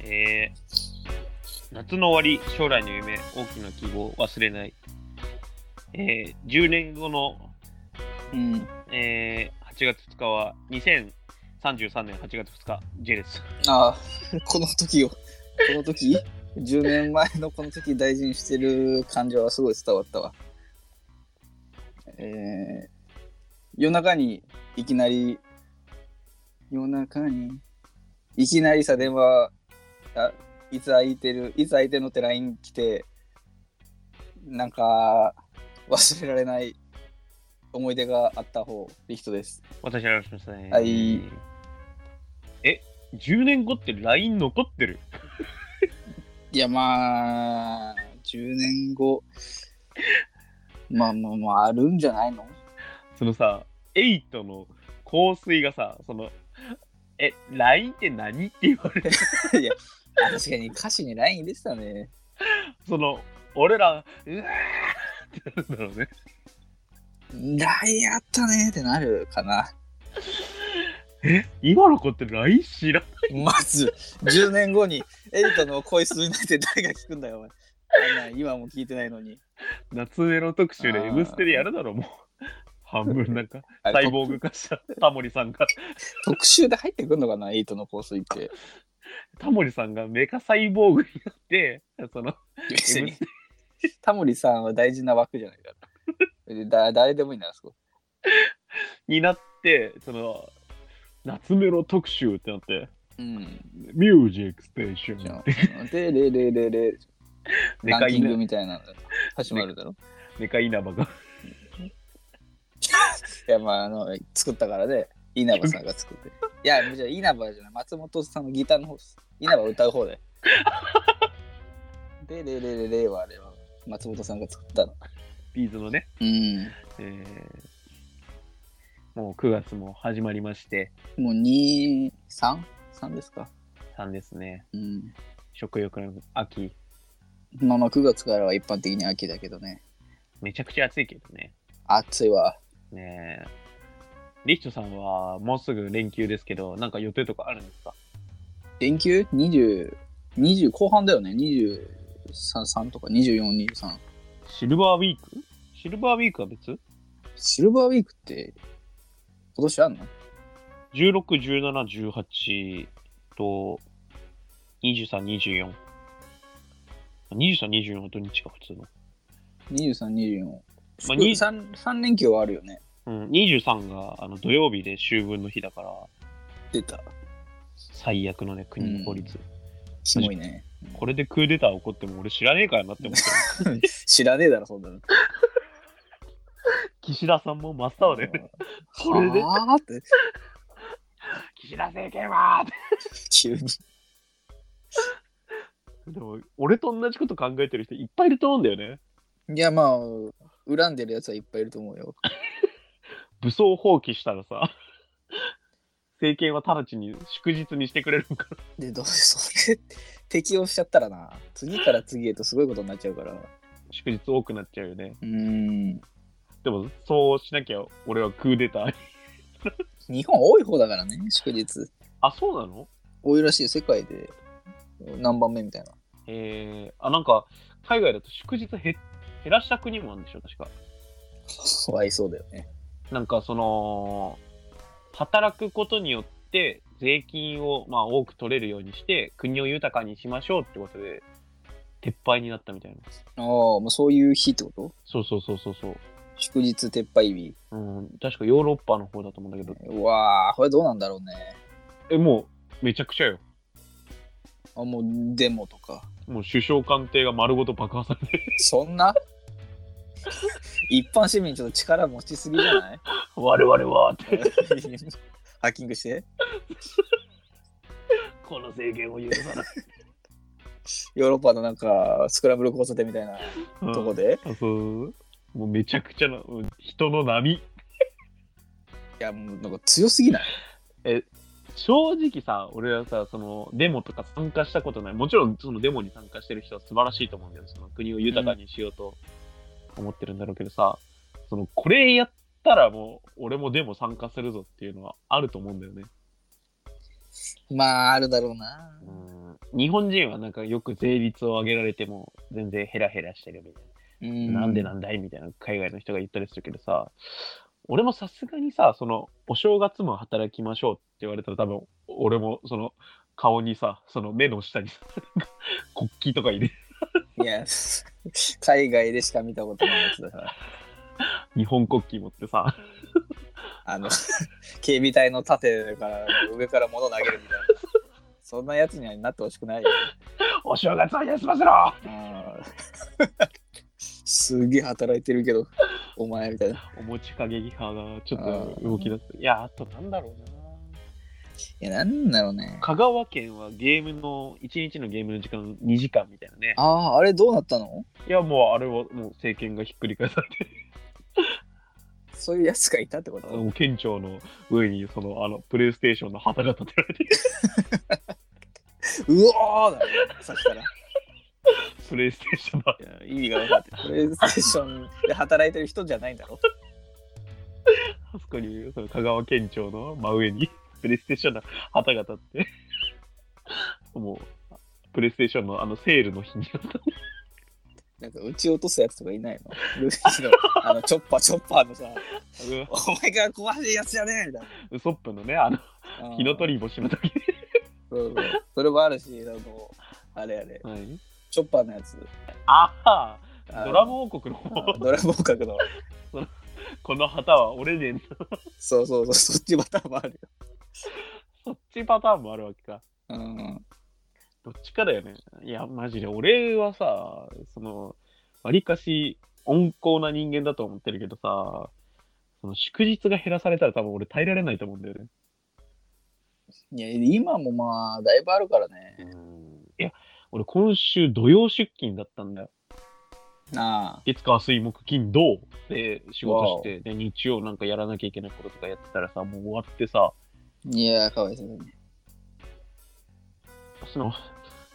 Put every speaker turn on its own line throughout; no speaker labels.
えー夏の終わり、将来の夢、大きな希望、忘れない。えー10年後の、
うん。
えー8月2日は2033年8月2日、J です。
ああ、この時を、この時 ?10 年前のこの時大事にしてる感情はすごい伝わったわ。えー、夜中にいきなり、夜中に、いきなりさ、電話、あいつ空いてる、いつ空いてるのって LINE 来て、なんか、忘れられない思い出があった方、リヒトです。
私はよろしくですね。
はい。
え、10年後って LINE 残ってる
いやまあ10年後まあまあまああるんじゃないの
そのさ、エイトの香水がさ、その、え、LINE って何って言われて、
あ確かに歌詞に LINE 出てたね
その、俺ら、うわーってなるんだろうね。
LINE あったねってなるかな
今の子って LINE 知らん
まず10年後にエリトの恋するなんて誰が聞くんだよお前あんなん今も聞いてないのに
夏メロ特集で
あー
M ステでやるだろ、もう。 半分なんか、
あ
サ
れ
イボーグ化したタモリさんが、
特特集で入ってくんのかなエイトの香水って
タモリさんがメカサイボーグになって、その、
別にタモリさんは大事な枠じゃないからだ誰でもいいんだあそこ
になって、その、夏メロ特集ってなって、
うん
ミュージックステーション
じゃ。 あでレレレレ
メ
ラ
カ
ンキ
イ
ング
ナ
みたいなの始まるだろ
メカイナバが。
いやまああの作ったからね稲葉さんが作 っていやじゃあ稲葉じゃない松本さんのギターの方です稲葉を歌う方ででレレレレはあれは松本さんが作ったの
ビーズのね、
うん
えーもう9月も始まりまして、
もう233ですか
3ですね、
うん
食欲の秋、
まあまあ9月からは一般的に秋だけどね
めちゃくちゃ暑いけどね。
暑いわ
ねえ。リヒトさんはもうすぐ連休ですけど、なんか予定とかあるんですか
連休 20, 20後半だよね233とか2423
シルバーウィークシルバーウィークは別
シルバーウィークって今年あんの
?16、17、18と23、24。23、24は土日か、普通の。
?23、24。
まあ
に
に
3, 三連休はあるよね。
うん、23があの土曜日で秋分の日だから、
出た。
最悪のね、国の法律。
すごいね。
これでクーデター起こっても俺知らねえからなって思って る
知らねえだろ、そんなの。
岸田さんも真っ青でこれで
はあって、
岸田政権はーって
急に。
でも俺と同じこと考えてる人いっぱいいると思うんだよね
いや、まあ、恨んでるやつはいっぱいいると思うよ。
武装放棄したらさ 政権は直ちに祝日にしてくれるのか
で、どうそれ、適用しちゃったらな、次から次へとすごいことになっちゃうから。う
祝日多くなっちゃうよね
ーん。
でもそうしなきゃ俺はクーデター に
日本多い方だからね、祝日。
あそうなの
多いらしいよ世界で何番目みたいな。
えー、あなんか海外だと祝日減減らした国もあるんでしょ確か
かわいそうだよね。
なんかその働くことによって税金をまあ多く取れるようにして国を豊かにしましょうってことで撤廃になったみたいな
ああ、もうそういう日ってこと
そうそうそうそうそう、
祝日撤廃日。
うん、確かヨーロッパの方だと思うんだけど
うわあ、これどうなんだろうね。
えもうめちゃくちゃよ
あ、もうデモとか。
もう首相官邸が丸ごと爆破されて
そんな一般市民ちょっと力持ちすぎじゃない
我々はって
ハッキングして。
この政権を許さない、
ヨーロッパのなんかスクランブル交差点みたいな
うん
とこで。
あそうもうめちゃくちゃなうん人の波
いや、もうなんか強すぎない
正直さ俺はさそのデモとか参加したことないもちろんそのデモに参加してる人は素晴らしいと思うんだよその国を豊かにしようと思ってるんだろうけどさ、そのこれやったらもう俺もデモ参加するぞっていうのはあると思うんだよね
まあ、あるだろうな
う。ん日本人はなんかよく税率を上げられても全然ヘラヘラしてるみたい
うん
な、なんでなんだいみたいな海外の人が言ったりするけどさ俺もさすがにさそのお正月も働きましょうって言われたら多分俺もその顔にさその目の下にさ 国旗とか入れる
いや、海外でしか見たことないやつだから。
日本国旗持ってさ
あの、警備隊の盾から上から物投げるみたいな。そんなやつにはなってほしくないよ。
お正月は休ませろ
うんすげえ働いてるけど、お前みたいな。
お持ち陰派がちょっ
あ
と動き出す。いや、あとなんだろうな。
いや、なんだろうね。
香川県はゲームの、1日のゲームの時間2時間みたいなね。
ああ、あれどうなったの
いや、もうあれはもう政権がひっくり返されて、
そういうやつがいたってこと、
もう県庁の上にそのあのプレイステーションの旗が立てられ て、
うおーだね、そしたら。
プレイステーションの
いや意味が分かってプレイステーションで働いてる人じゃないんだろ
あそこにその香川県庁の真上にプレイステーションの旗が立って、もうプレイステーションのあのセールの日に
なんか撃ち落とすやつとかいないのルフィのあのチョッパーチョッパーのさお前が壊しいやつじゃねえみたい
ウソップのね、あの
な。
火の鳥干しの時
そうそうそれもあるし、あの、あれあれ、
はい
チョッパーのやつ、
ああ
あー
ドラム王国の
あのドラゴン角の、
この旗は俺でん
そうそうそう、そっちパターンもあるよ。
そっちパターンもあるわけか
うん。
どっちかだよねいやマジで俺はさそのわりかし温厚な人間だと思ってるけどさその祝日が減らされたら多分俺耐えられないと思うんだよね
いや、今もまあ、だいぶあるからね。
いや俺今週土曜出勤だったんだよ
なあ。
月火水木金土で仕事してで日曜なんかやらなきゃいけないこととかやってたらさもう終わってさ
いや、かわいそうだね。
その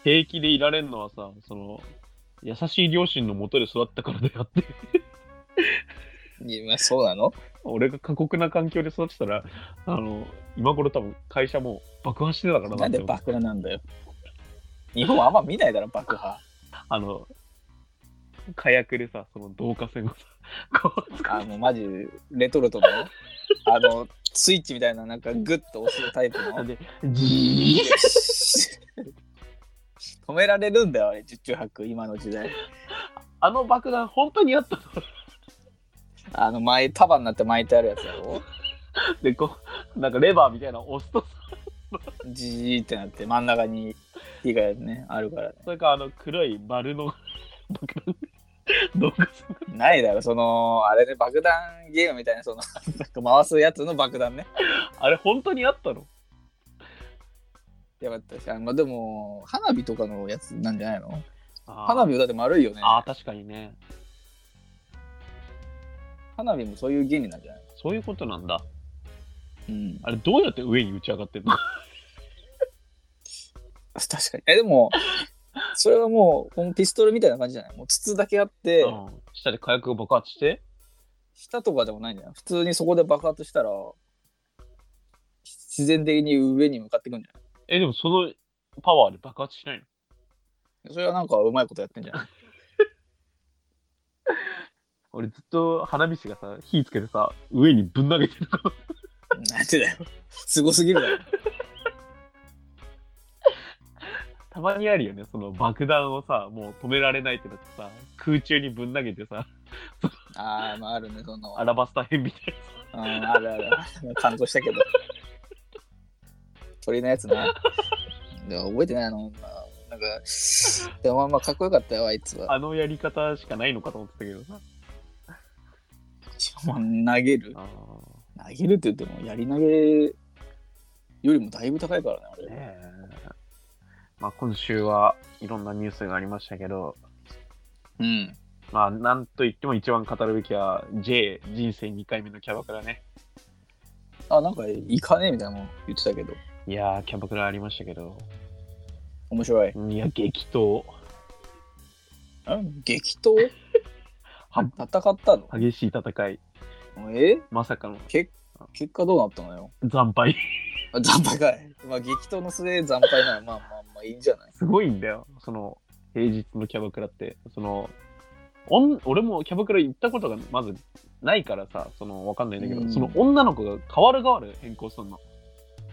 平気でいられるのはさその優しい両親のもとで育ったからだよって
いやまあ、そうなの
俺が過酷な環境で育ってたらあの今頃多分会社も爆破してたから
なん
って
で爆破なんだよ。日本はあんま見ないだろ、爆破。
あの火薬でさその導火線をさ こう使っ
あの、マジ、レトルトの、 あの、スイッチみたいな、なんか、グッと押すタイプの。
てジー
止められるんだよ、あれ、十中八九、今の時代。
あの爆弾本当にあったの
あの、巻い束になって巻いてあるやつだろ。
でこうなんかレバーみたいなの押すとさ
じじーってなって、真ん中に火がね、あるからね。
それかあの黒い丸の爆弾導火線
ないだろ、その、あれね、爆弾ゲームみたいな、その、 なんか回すやつの爆弾ね。
あれ本当にあったの
やばかったし、あの、でも、花火とかのやつなんじゃないの花
花
火もだって丸いよね。
ああ確かにね
花火もそういう原理なんじゃない
そういうことなんだ。
うん。
あれ、どうやって上に打ち上がってんの
確かに。え、でも、それはもう、このピストルみたいな感じじゃないもう筒だけあって、
うん下で火薬が爆発して、
下とかでもないんじゃない普通にそこで爆発したら、自然的に上に向かってくんじゃ
え、でもそのパワーで爆発しないの
ないそれはなんかうまいことやってんじゃない
俺ずっと花火師がさ、火つけてさ、上にぶん投げてる から。
なんてだよ。すごすぎるだろ。
たまにあるよね、その爆弾をさ、もう止められないってなってさ、空中にぶん投げてさ、
ああ、まああるね、その。
ア
あ
ラバスタ編みたいなさ。
あるある。 感動したけど。鳥のやつな。でも覚えてないあの、まあ、なんか、でもまあまあかっこよかったよ、あいつは。
あのやり方しかないのかと思ってたけどさ。
もう投げる。
あ
投げるって言っても、やり投げよりもだいぶ高いからね、あ
ー
れ。
ねえ。まあ今週はいろんなニュースがありましたけど、
うん。
まあなんといっても一番語るべきは J 人生2回目のキャバクラね。
あ、なんか、いかねえみたいなの言ってたけど。
いやー、キャバクラありましたけど、
面白い。
いや、激闘、
ん激闘
は
戦ったの
激しい戦い、
え
まさかの
結果どうなったのよ
惨敗。
あ惨敗かい。まあ激闘の末惨敗ならまあまあまあいいんじゃない
すごいんだよ、その平日のキャバクラって。そのおん俺もキャバクラ行ったことがまずないからさ、そのわかんないんだけど、
うん
その女の子が変わる変わる変更するの。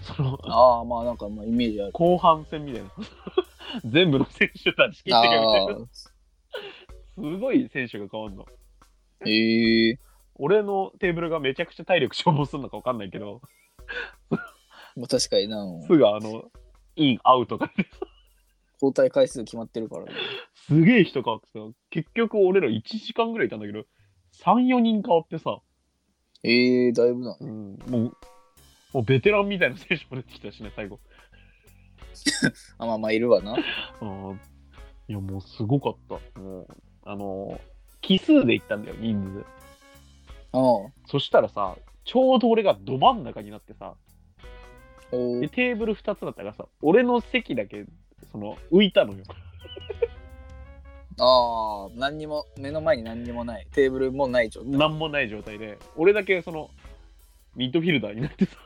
その
ああ、まあなんかまあイメージある。
後半戦みたいな。 全部の選手たち切ってくみたいな。
あ
すごい選手が変わるの。
あ、へえ
俺のテーブルがめちゃくちゃ体力消耗するのかわかんないけど、
まあ確かにな。
すぐあの、イン、アウトが
交代回数決まってるからね。
すげえ人変わってさ、結局俺ら1時間ぐらいいたんだけど、3、4人変わってさ、
ええだいぶな。
うん、もう、もうベテランみたいな選手も出てきたしね、最後。
あ、まあまあいるわな。
うんいや、もうすごかった。もう、あの、奇数で行ったんだよ、人数。
ああ、お
そしたらさ、ちょうど俺がど真ん中になってさ、
ー
でテーブル2つだったからさ、俺の席だけ、その、浮いたのよ。
ああ、何にも、目の前に何にもない。テーブルもない状態。
なんもない状態で、俺だけその、ミッドフィルダーになってさ、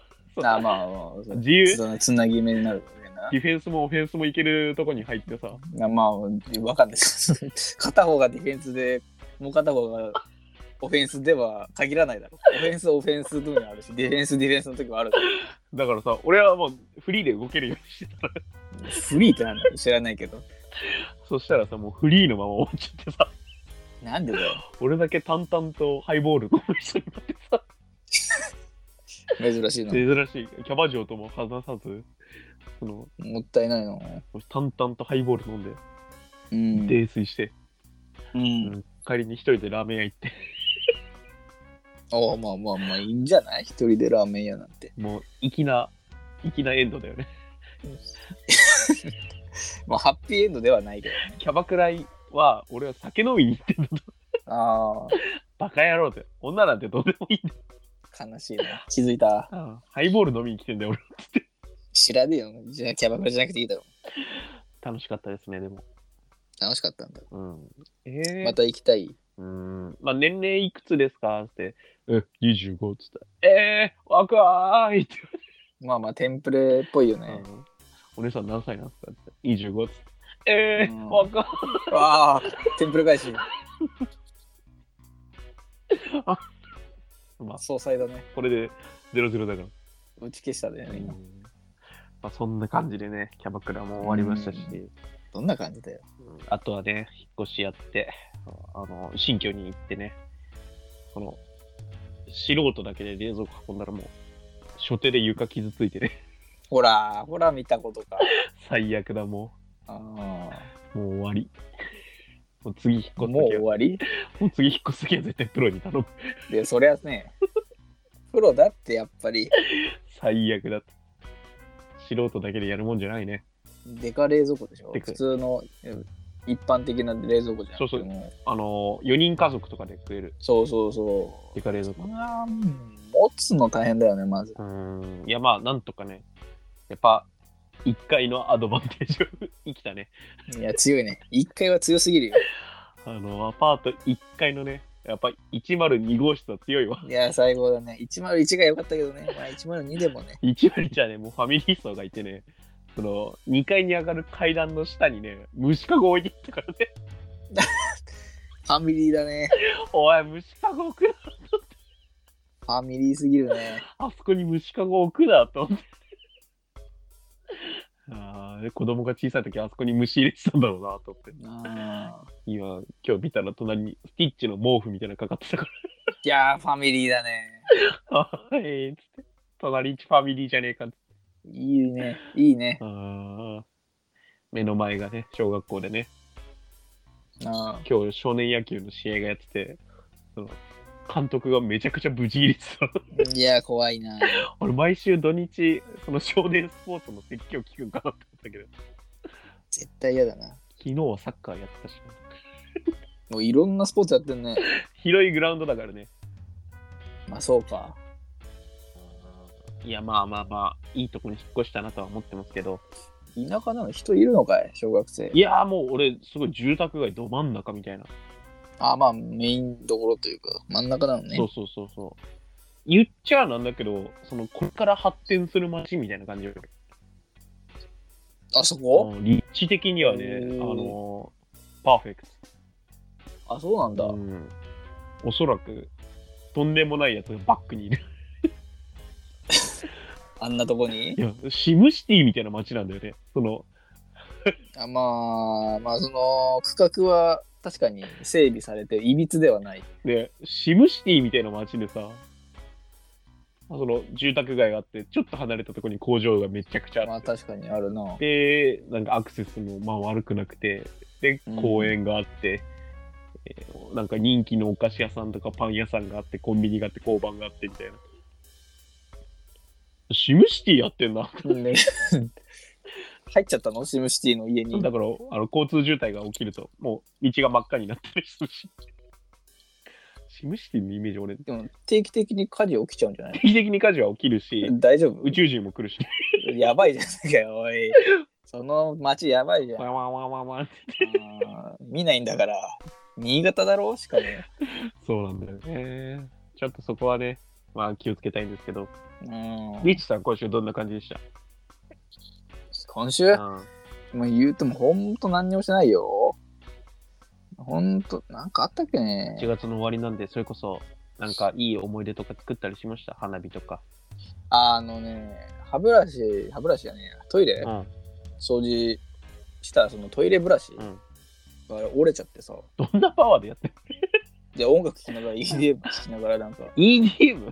ああ、まあまあ、
自由、
そのつなぎ目になるからねな。
ディフェンスもオフェンスもいけるとこに入ってさ、
なまあ、わかんないです。 片方がディフェンスで、もう片方がオフェンスでは限らないだろう。オフェンス、オフェンス分あるし、ディフェンス、ディフェンスの時もあるから。
だからさ、俺はもうフリーで動けるようにしてたの。
フリーってなんだ知らないけど。
そしたらさ、もうフリーのまま終わっちゃってさ、
なんでだよ。
俺だけ淡々とハイボールの人になってさ、
珍しいな。
珍しい、キャバ嬢とも話さず、その、
もったいないな。
淡々とハイボール飲んで、
うん。
泥酔して、
うん。
帰りに一人でラーメン屋行って、
ああ、まあまあまあ、いいんじゃない一人でラーメン屋なんて。
もう、粋な、粋なエンドだよね。
まあ、ハッピーエンドではないけど。
キャバクラは、俺は酒飲みに行ってんだと。
あ
バカ野郎って、女なんてどうでもいいんだ
あ、悲しいな。気づいた。
よ。ハイボール飲みに来てんだよ、俺。
知らねえよ。じゃあ、キャバクラじゃなくていいだろ。
楽しかったですね、でも。
楽しかったんだ。
うん。え
また行きたい。
うーんまあ、年齢いくつですかって、え、25っつったら、えー、若いって
まあまあ、テンプレっぽいよ
言われ
ね。
て、お姉さん何歳なんですかって言ったら、25っつって、えー、
うん
若い。
わあ、テンプレ返し。
まあ、
総裁だね。
これで00だから。
打ち消しただよね、
う
今
んまあ、そんな感じでね、キャバクラも終わりましたし、
うどんな感じだよ。
うんあとはね、引っ越しやって、あの、新居に行ってね、この、素人だけで冷蔵庫運んだらもう、初手で床傷ついてね、
ほら、ほら見たことか。
最悪だ、もう。
あ
もう終わり。もう次引っ越す
あも
とき
う終
は、も
わり
う次引っ越すときは絶対プロに頼む。
で、そりゃね、プロだってやっぱり、
最悪だって。素人だけでやるもんじゃないね。
デカ冷蔵庫でしょ。
でか
普
い
通のうん一般的な冷蔵庫じゃなくて
そうそう
も
あのー、4人家族とかで食える、
そうそうそう。
デカ冷蔵庫。
うわー持つの大変だよね、まず。
うーん。いや、まあ、なんとかね、やっぱ、1回のアドバンテージを 生きたね。
いや、強いね。一回は強すぎるよ。
あの、アパート1階のね、やっぱ102号室は強いわ。
いや、最高だね。101が良かったけどね。まあ、102でもね。
102じゃね、もうファミリー層がいてね、その、2階に上がる階段の下にね、虫かご置いてったからね、
ファミリーだね。
おい、虫かご置くな
ファミリーすぎるね。
あそこに虫かご置くなと思って。ああ、で子供が小さい時あそこに虫入れてたんだろうなと思って。
あー
今、今日見たら隣にスティッチの毛布みたいなのかかってたか
いやー、ファミリーだね。
ら。 あーええつって。隣一ファミリーじゃねえかって。
いいね。いいね。
ああ。目の前がね、小学校でね、
あー
今日少年野球の試合がやってて、その監督がめちゃくちゃ無事入れてた。
いやー、怖いな。
俺、毎週土日、その少年スポーツの説教聞くんかなって思ったけど、
絶対嫌だな。
昨日はサッカーやってたしな、
もういろんなスポーツやってんね。
広いグラウンドだからね。
まあ、そうか。
いや、まあまあまあ、いいとこに引っ越したなとは思ってますけど、
田舎なの人いるのかい小学生
い。やーもう俺、すごい住宅街ど真ん中みたいな。
あーまあ、メインどころというか、真ん中なのね
そう。そうそうそう。言っちゃなんだけど、そのこれから発展する街みたいな感じよ。
あそこ、
うん立地的にはね、あ
おー
のパーフェクト。
あ、そうなんだ。
うんおそらく、とんでもないやつがバックにいる。
あんなとこに
いや、シムシティみたいな街なんだよね。その、
あまあ、まあ、その、区画は確かに整備されて、いびつではない。
ね、シムシティみたいな街でさ、その住宅街があって、ちょっと離れたところに工場がめちゃくちゃ
ま
あ
あ、
って、
確かにあるな。
で、なんかアクセスもまあ悪くなくて、で
うん、
公園があって、えーなんか人気のお菓子屋さんとかパン屋さんがあって、コンビニがあって、交番があってみたいな。シムシティやってんな。
ね入っちゃったのシムシティの家に。
だからあの交通渋滞が起きるともう道が真っ赤になったりするしシムシティのイメージ俺定
でも定期的に火事起きちゃうんじゃない
期的に火事は起きるし
大丈夫
宇宙人も来るし
やばいじゃないかよ、おい。その町やばいじゃ ん。
ワ
あ
ンワンワンワンワン
ー見ないんだから。新潟だろしかも。
そうなんだよねちょっとそこはねまあ気をつけたいんですけど
うん。
リッチさん今週どんな感じでした
今週
うん
もう言うてもほんと何にもしてないよ。ほんと、なんかあったっけね
1月の終わりなんでそれこそなんかいい思い出とか作ったりしました花火とか
あのね、歯ブラシ、歯ブラシじゃねえやトイレ、
うん
掃除したそのトイレブラシ
うん
が折れちゃってさ。
どんなパワーでやってる
で、音楽聴きながら EDM 聴きながらなんか、
EDM?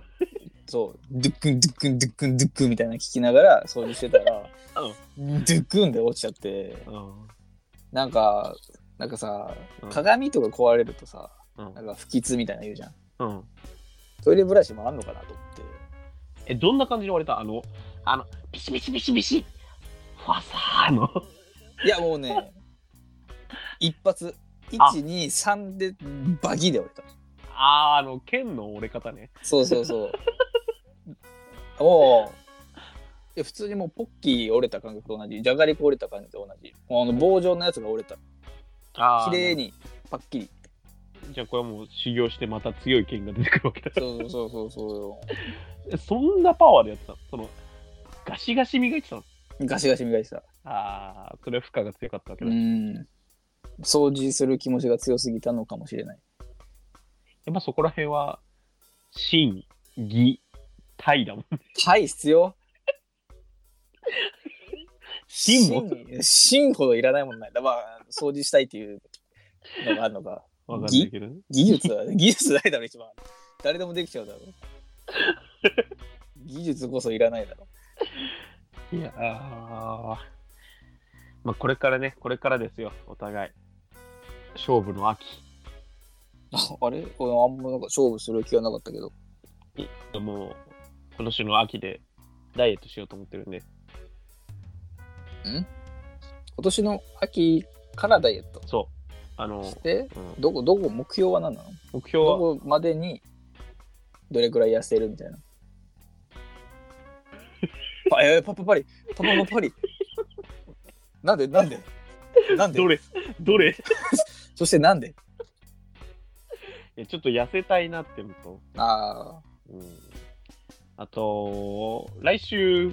そう、ドゥックンドゥックンドゥックンドゥックンみたいなの聞きながら掃除してたら、ドゥックンで落ちちゃって、
うん
なんか、なんかさ
うん、
鏡とか壊れるとさ、
うん
なんか不吉みたいなの言うじゃん。
うん
トイレブラシもあんのかなと思って。
え、どんな感じに割れたあの、あの、ピシピシピシピシ、ファサーの。
いや、もうね、一発、
あ
1、2、3でバギーで折れた。
あー、あの、剣の折れ方ね。
そうそうそう。もう、いや普通にもうポッキー折れた感覚と同じ、じゃがりこ折れた感じと同じ、もうあの棒状のやつが折れた。
あ
綺麗
に。
に、パッキ リ。
じゃあ、これはもう修行してまた強い剣が出てくるわけだ。
そうそうそうそうよ。
えそんなパワーでやってたのその、ガシガシ磨いてたの
ガシガシ磨いてた。
ああ、それは負荷が強かったわけ
う
だ。や
ん。掃除する気持ちが強すぎたのかもしれない。
っぱそこら辺は、心、技、体だもん。
タイ必要
芯も
芯芯ほどいらないもんない。だまあ、掃除したいっていうのがあるのか。
わかんないけどね。
技術は、 技術ないだろ、一番。誰でもできち ゃうだろ。技術こそいらないだろ。
いやーまあこれからね、これからですよ、お互い。勝負の秋。
あれ俺あんまなんか勝負する気はなかったけど。
もう今年の秋でダイエットしようと思ってるんで
今年の秋からダイエット
そうあの、
して、
うん
どこ、どこ、目標は何なの
目標
ど
は
こまでにどれくらい痩せるみ たいな。パえーパパパリパパパパリなんでなんでなんで
どれどれ
そしてなんで
いやちょっと痩せたいなってのと、
あ
うん、あと来週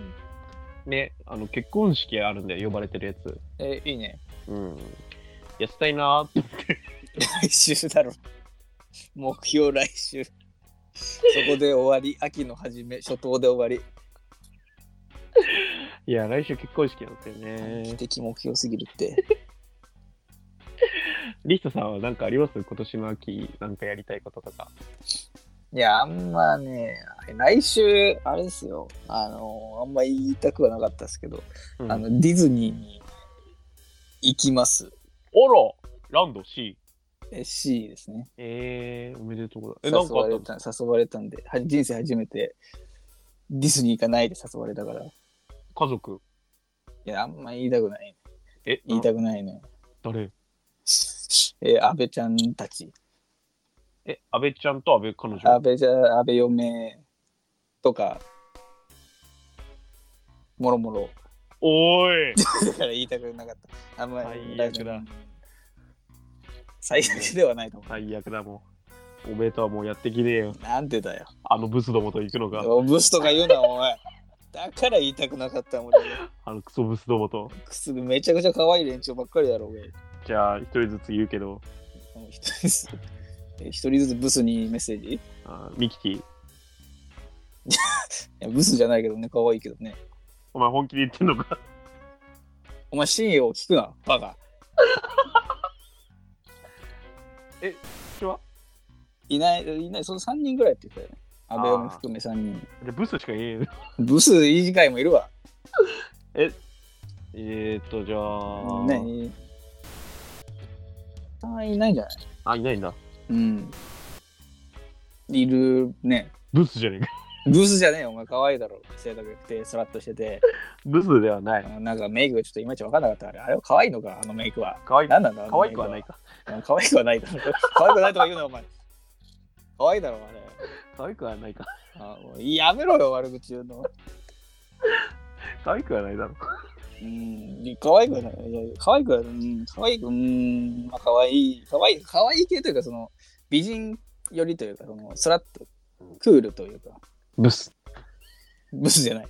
ねあの結婚式あるんで呼ばれてるやつ、
ーえーいいね。
うん、痩せたいなって
来週だろ。目標来週。そこで終わり。秋の初め、初頭で終わ
いや来週結婚式なんですよ
り。
ね
奇的目標すぎるって。
リストさんは何かあります今年の秋なんかやりたいこととか
いや、あんまね、来週、あれですよ。あの、あんま言いたくはなかったですけど、
うん
あのディズニーに行きます。
あらランド C
え C ですね。
えー、おめでとうござい
誘
ますえなん
わ
かあ
れ
った
た誘われたんで、は人生初めてディズニー行かないで誘われたから、い
家族
や、あんま言いたくない。
え
言いたくないね。
誰
え、安倍ちゃんたち、
え、安倍ちゃんと安倍彼女
安倍じゃ、安倍嫁とか、もろもろ。
おーい
だから言いたくなかった。あんまり。
最悪だ。
最悪ではないと思
最悪だもん。おめえとはもうやってきねえよ。
う。なんでだよ。
あのブスどもと行くのが。
おブスとか言うな、お前。だから言いたくなかった俺
あのクソブスどもと。
くすぐめちゃくちゃ可愛い連中ばっかりだろ俺
じゃあ、一人ずつ言うけど、
もう一人ずつえ一人ずつブスにメッセージい
あミキティ、
やブスじゃないけどね可愛いけどね
お前本気で言ってんの か
お前真意を聞くなバカ
私はい
ないいないその3人ぐらいって言ったよね安倍も含め3人
じゃあブスしか言えんよ。
ブスいい以外もいるわ
えーっと、じゃあ、
ねあいないんじゃない
あ、いないんだ。
うんいるね
ブスじゃねえか。
ブスじゃねえよお前可愛いだろ性格良くてスラッとしてて
ブスではな
あ
い。
のなんかメイクがちょっといまいち分かんなかったあれあれは可愛いのかあのメイクは
かわい
何なんだ
かわいくはない
か
か。
可愛くはないだろ可愛くないとか言うなお前可愛いだろあれ
かわいくはないか。
あもうやめろよ悪口言うの
かわいくはないだろ。
うん可愛くはないいや可愛くはうん可愛くうんまあ可愛い可愛い可愛い系というかその美人寄りというかそのスラッとクールというか
ブス。
ブスじゃない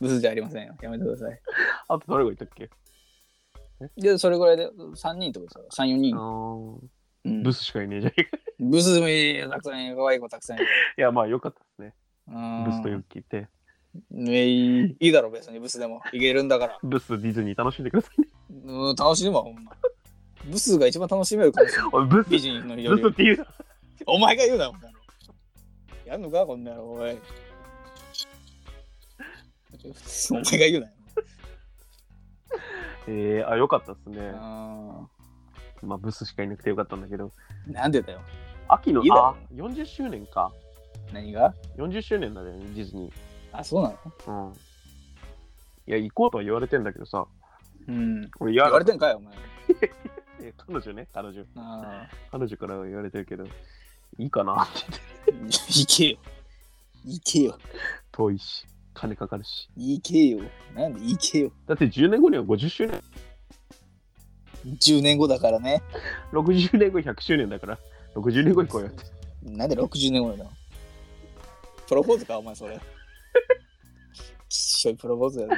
ブスじゃありませんよやめてください
あと誰が言ったっけ、
でそれぐらいで3人ってことですか34
あ
人、
のー
うん
ブスしかいねえじゃねえか。
ブスもいいよたくさんいる可愛い子たくさんいる
いや、まあよかったですね。
うん
ブスとよく聞いて。
ねいいいだろ別にブスでもいけるんだから、
ブスディズニー楽しんでくださいね。
うん、楽しむわほんまブスが一番楽しめるかもしれな い
おいブス、
美人のよ
ブ
り
スって言うな。
お前が言うなお前やんのかこんなのおいお前が言うなよ
えー、あ、よかったですね。
あ
まあブスしかいなくてよかったんだけど。
ーなんでだよ
秋の
いいだろ
あ40周年か。
何が
40周年だね、ディズニ
あそうなの
ー。うん。いや、行こうとは言われてんだけどさ。
うん
俺、
言
や
われてんかいお前
え彼女ね、彼女。
あ
彼女からは言われてるけど、いいかなって 言って。
ーいけよいけよ
遠いし、金かかるし。
いけよなんでいけよ
だって10年後には50周年、
10年後だからね
60年後100周年だから、60年後行こうよって。
なんで60年後なのプロポーズかお前それ。きっしょいプロポーズやね。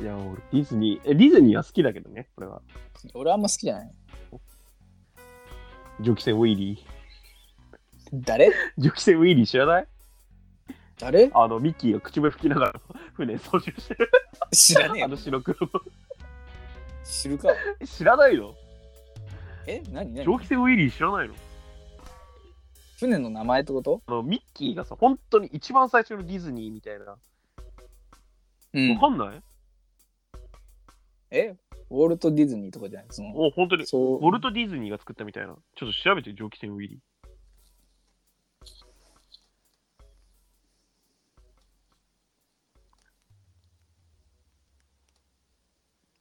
いや、俺、ディズニー、え、ディズニーは好きだけどね、これは。
俺あんま好きじゃない。
蒸気船ウィリー。
誰
蒸気船ウィリー知らない
誰
あの、ミッキーが口笛吹きながら船操縦してる。
知らねえ
あ
よ
の。白黒の。
知るか。
え知らないの
え何何
蒸気船ウィリー知らないの
船の名前ってこと
あの、ミッキーがさ、本当に一番最初のディズニーみたいな。わ
うん。
かんない、
えウォルト・ディズニーとかじゃないその
お、本当に。
そう
ウォルト・ディズニーが作ったみたいな。ちょっと調べて、蒸気船ウィリー。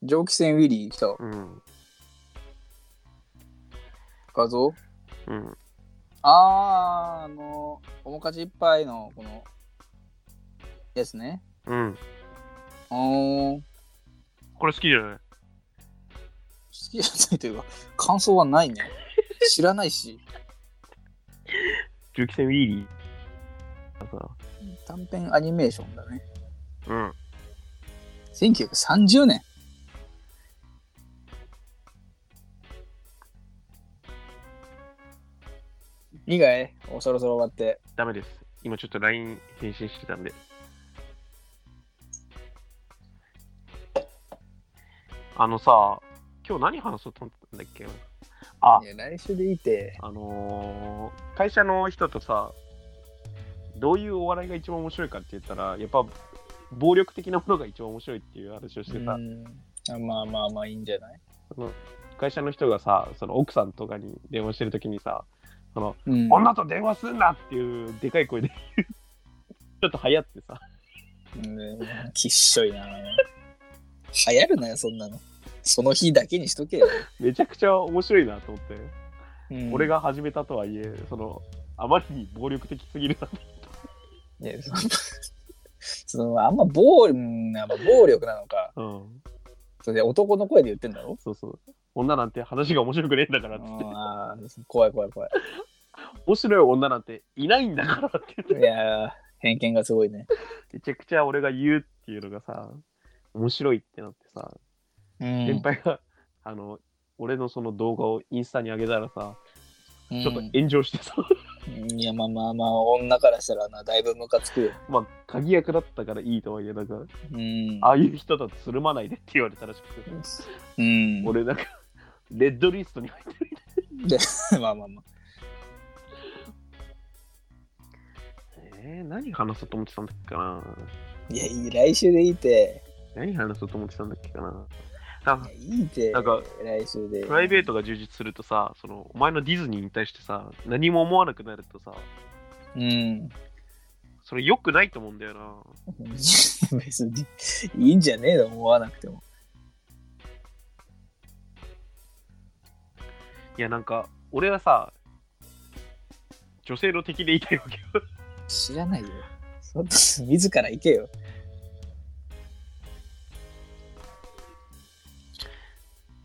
蒸気船ウィリー来た
うん。
画像
うん。
あー、あの、おもかちいっぱいのこの、やつね。
うん。
おー、好
これ好きじゃない
きじゃないというか、感想はないね。知らないし。
重機船ウィーリー。さ、
短編アニメーションだね。
うん。
1930年いいかいおそろそろ終わって
ダメです。今ちょっと LINE 返信してたんで。あのさ、今日何話そうと思ったんだっけあ
い、や来週でいいて
あのー会社の人とさ、どういうお笑いが一番面白いかって言ったら、やっぱ暴力的なものが一番面白いっていう話をして
う
た。
んあまあまあまあいいんじゃない
その会社の人がさ、その奥さんとかに電話してるときにさ、その
うん
女と電話すんなっていう でかい声でちょっと流行ってさ
うんきっしょいな流行るなよそんなのその日だけにしとけよ、
めちゃくちゃ面白いなと思って、
うん
俺が始めたとはいえそのあまりに暴力的すぎるなって
いやそのそのあんま暴,、うん、あんま暴力なのか
うん、
それで男の声で言ってんだろ
そうそう女なんて話が面白くねえんだからっ
う
つっ
ん
て
あー怖い怖い怖い
面白い女なんていないんだからって言って
いやー偏見がすごいね。
めちゃくちゃ俺が言うっていうのがさ、面白いってなってさ、
うん
先輩が、あの、俺のその動画をインスタに上げたらさ、
うん
ちょっと炎上してさ、
いやまあまあまあ女からしたらなだいぶムカつくよ。
まあ、鍵役だったからいいとはいえ、なんか、
うん。
ああいう人だとつるまないでって言われたらしくて、
うん。
俺なんか、レッドリストに入ってるみたい
で まあまあまあ。
えー、何話そうと思ってたんだっけかない
やいい来週でいいて。
何話そうと思ってたんだっけかなあ
いやいいて。
なんか
来週で。
プライベートが充実するとさ、そのお前のディズニーに対してさ、何も思わなくなるとさ、
うん。
それ良くないと思うんだよな。
別にいいんじゃねえの思わなくても。
いや、なんか、俺はさ、女性の敵でいたいわけよ。
知らないよ。そ自ら行けよ。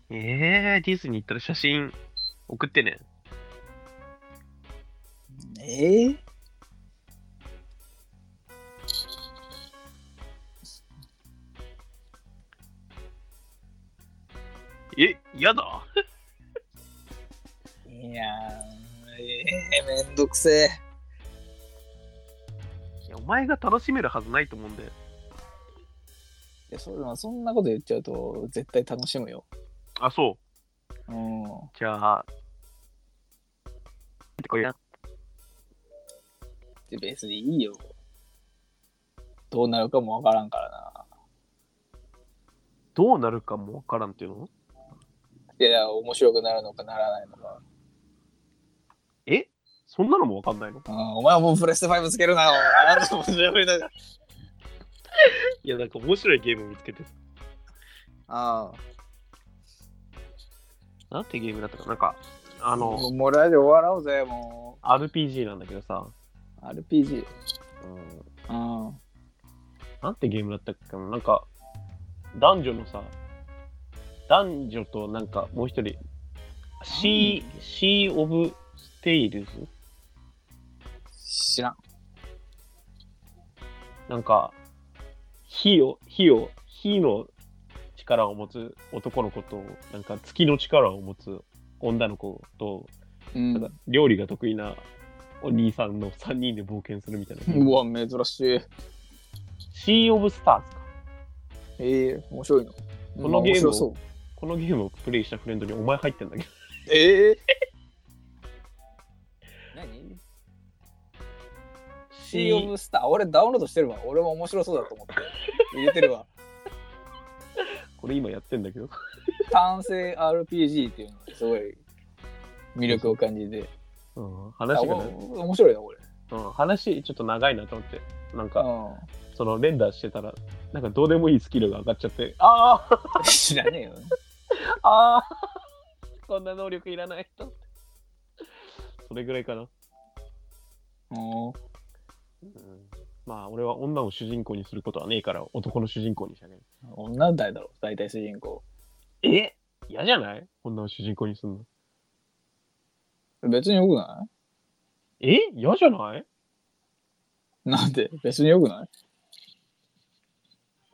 えー、ディズニー行ったら写真送ってね。
ええ
え、やだ
いやー、ええめんどくせえ。
いや、お前が楽しめるはずないと思うんだよ。
いやそうだなそんなこと言っちゃうと絶対楽しむよ。
あ、そう。
うん。
じゃあ、てかいや
で別にいいよ。どうなるかもわからんからな。
どうなるかもわからんっていうの
いやいや、面白くなるのかならないのか。
えそんなのもわかん ないの
うん、お前はもうプレステ5つけるな。おいあなたも面白いな。
いや、なんか面白いゲーム見つけて。
あ
なんてゲームだったかななんか、あ
あ。も
の、
うもらえで終わろうぜ、も
RPG なんだけどさ、
う。RPG。
うん、
うん。
なんてゲームだったっけかななんか、男女のさ、男女となんかもう一人、シー、シー・オブ・ステイルズ
知らん。
なんか、火を、火を、火の力を持つ男の子と、なんか月の力を持つ女の子と、
う
なんか
ん。
料理が得意なお兄さんの3人で冒険するみたいな。
うわ、珍しい。
シー・オブ・スターズか。
ええ面白いの。
このゲームを
面白そう。
このゲームをプレイしたフレンドにお前入ってんだけど。
ええ何シー・オブ・スター。俺ダウンロードしてるわ。俺も面白そうだと思 って。入れてるわ。
これ今やってんだけど。
単性 RPG っていうのがすごい魅力を感じて。
うん、
あ
話が
お
ね、
面白いな、これ。
うん、話ちょっと長いなと思って、なんか、
う
その連打してたら、なんかどうでもいいスキルが上がっちゃって、あー
ん、 知らねえよ。
あー こんな能力いらないと思って。それぐらいかな。
うん
まあ、俺は女を主人公にすることはねえから、男の主人公にしてあげる。
女だだろ、大体主人公。
え嫌じゃない女を主人公にするの。
別によくな
え嫌じゃない
いなんで別によくな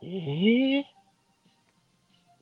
い
ええ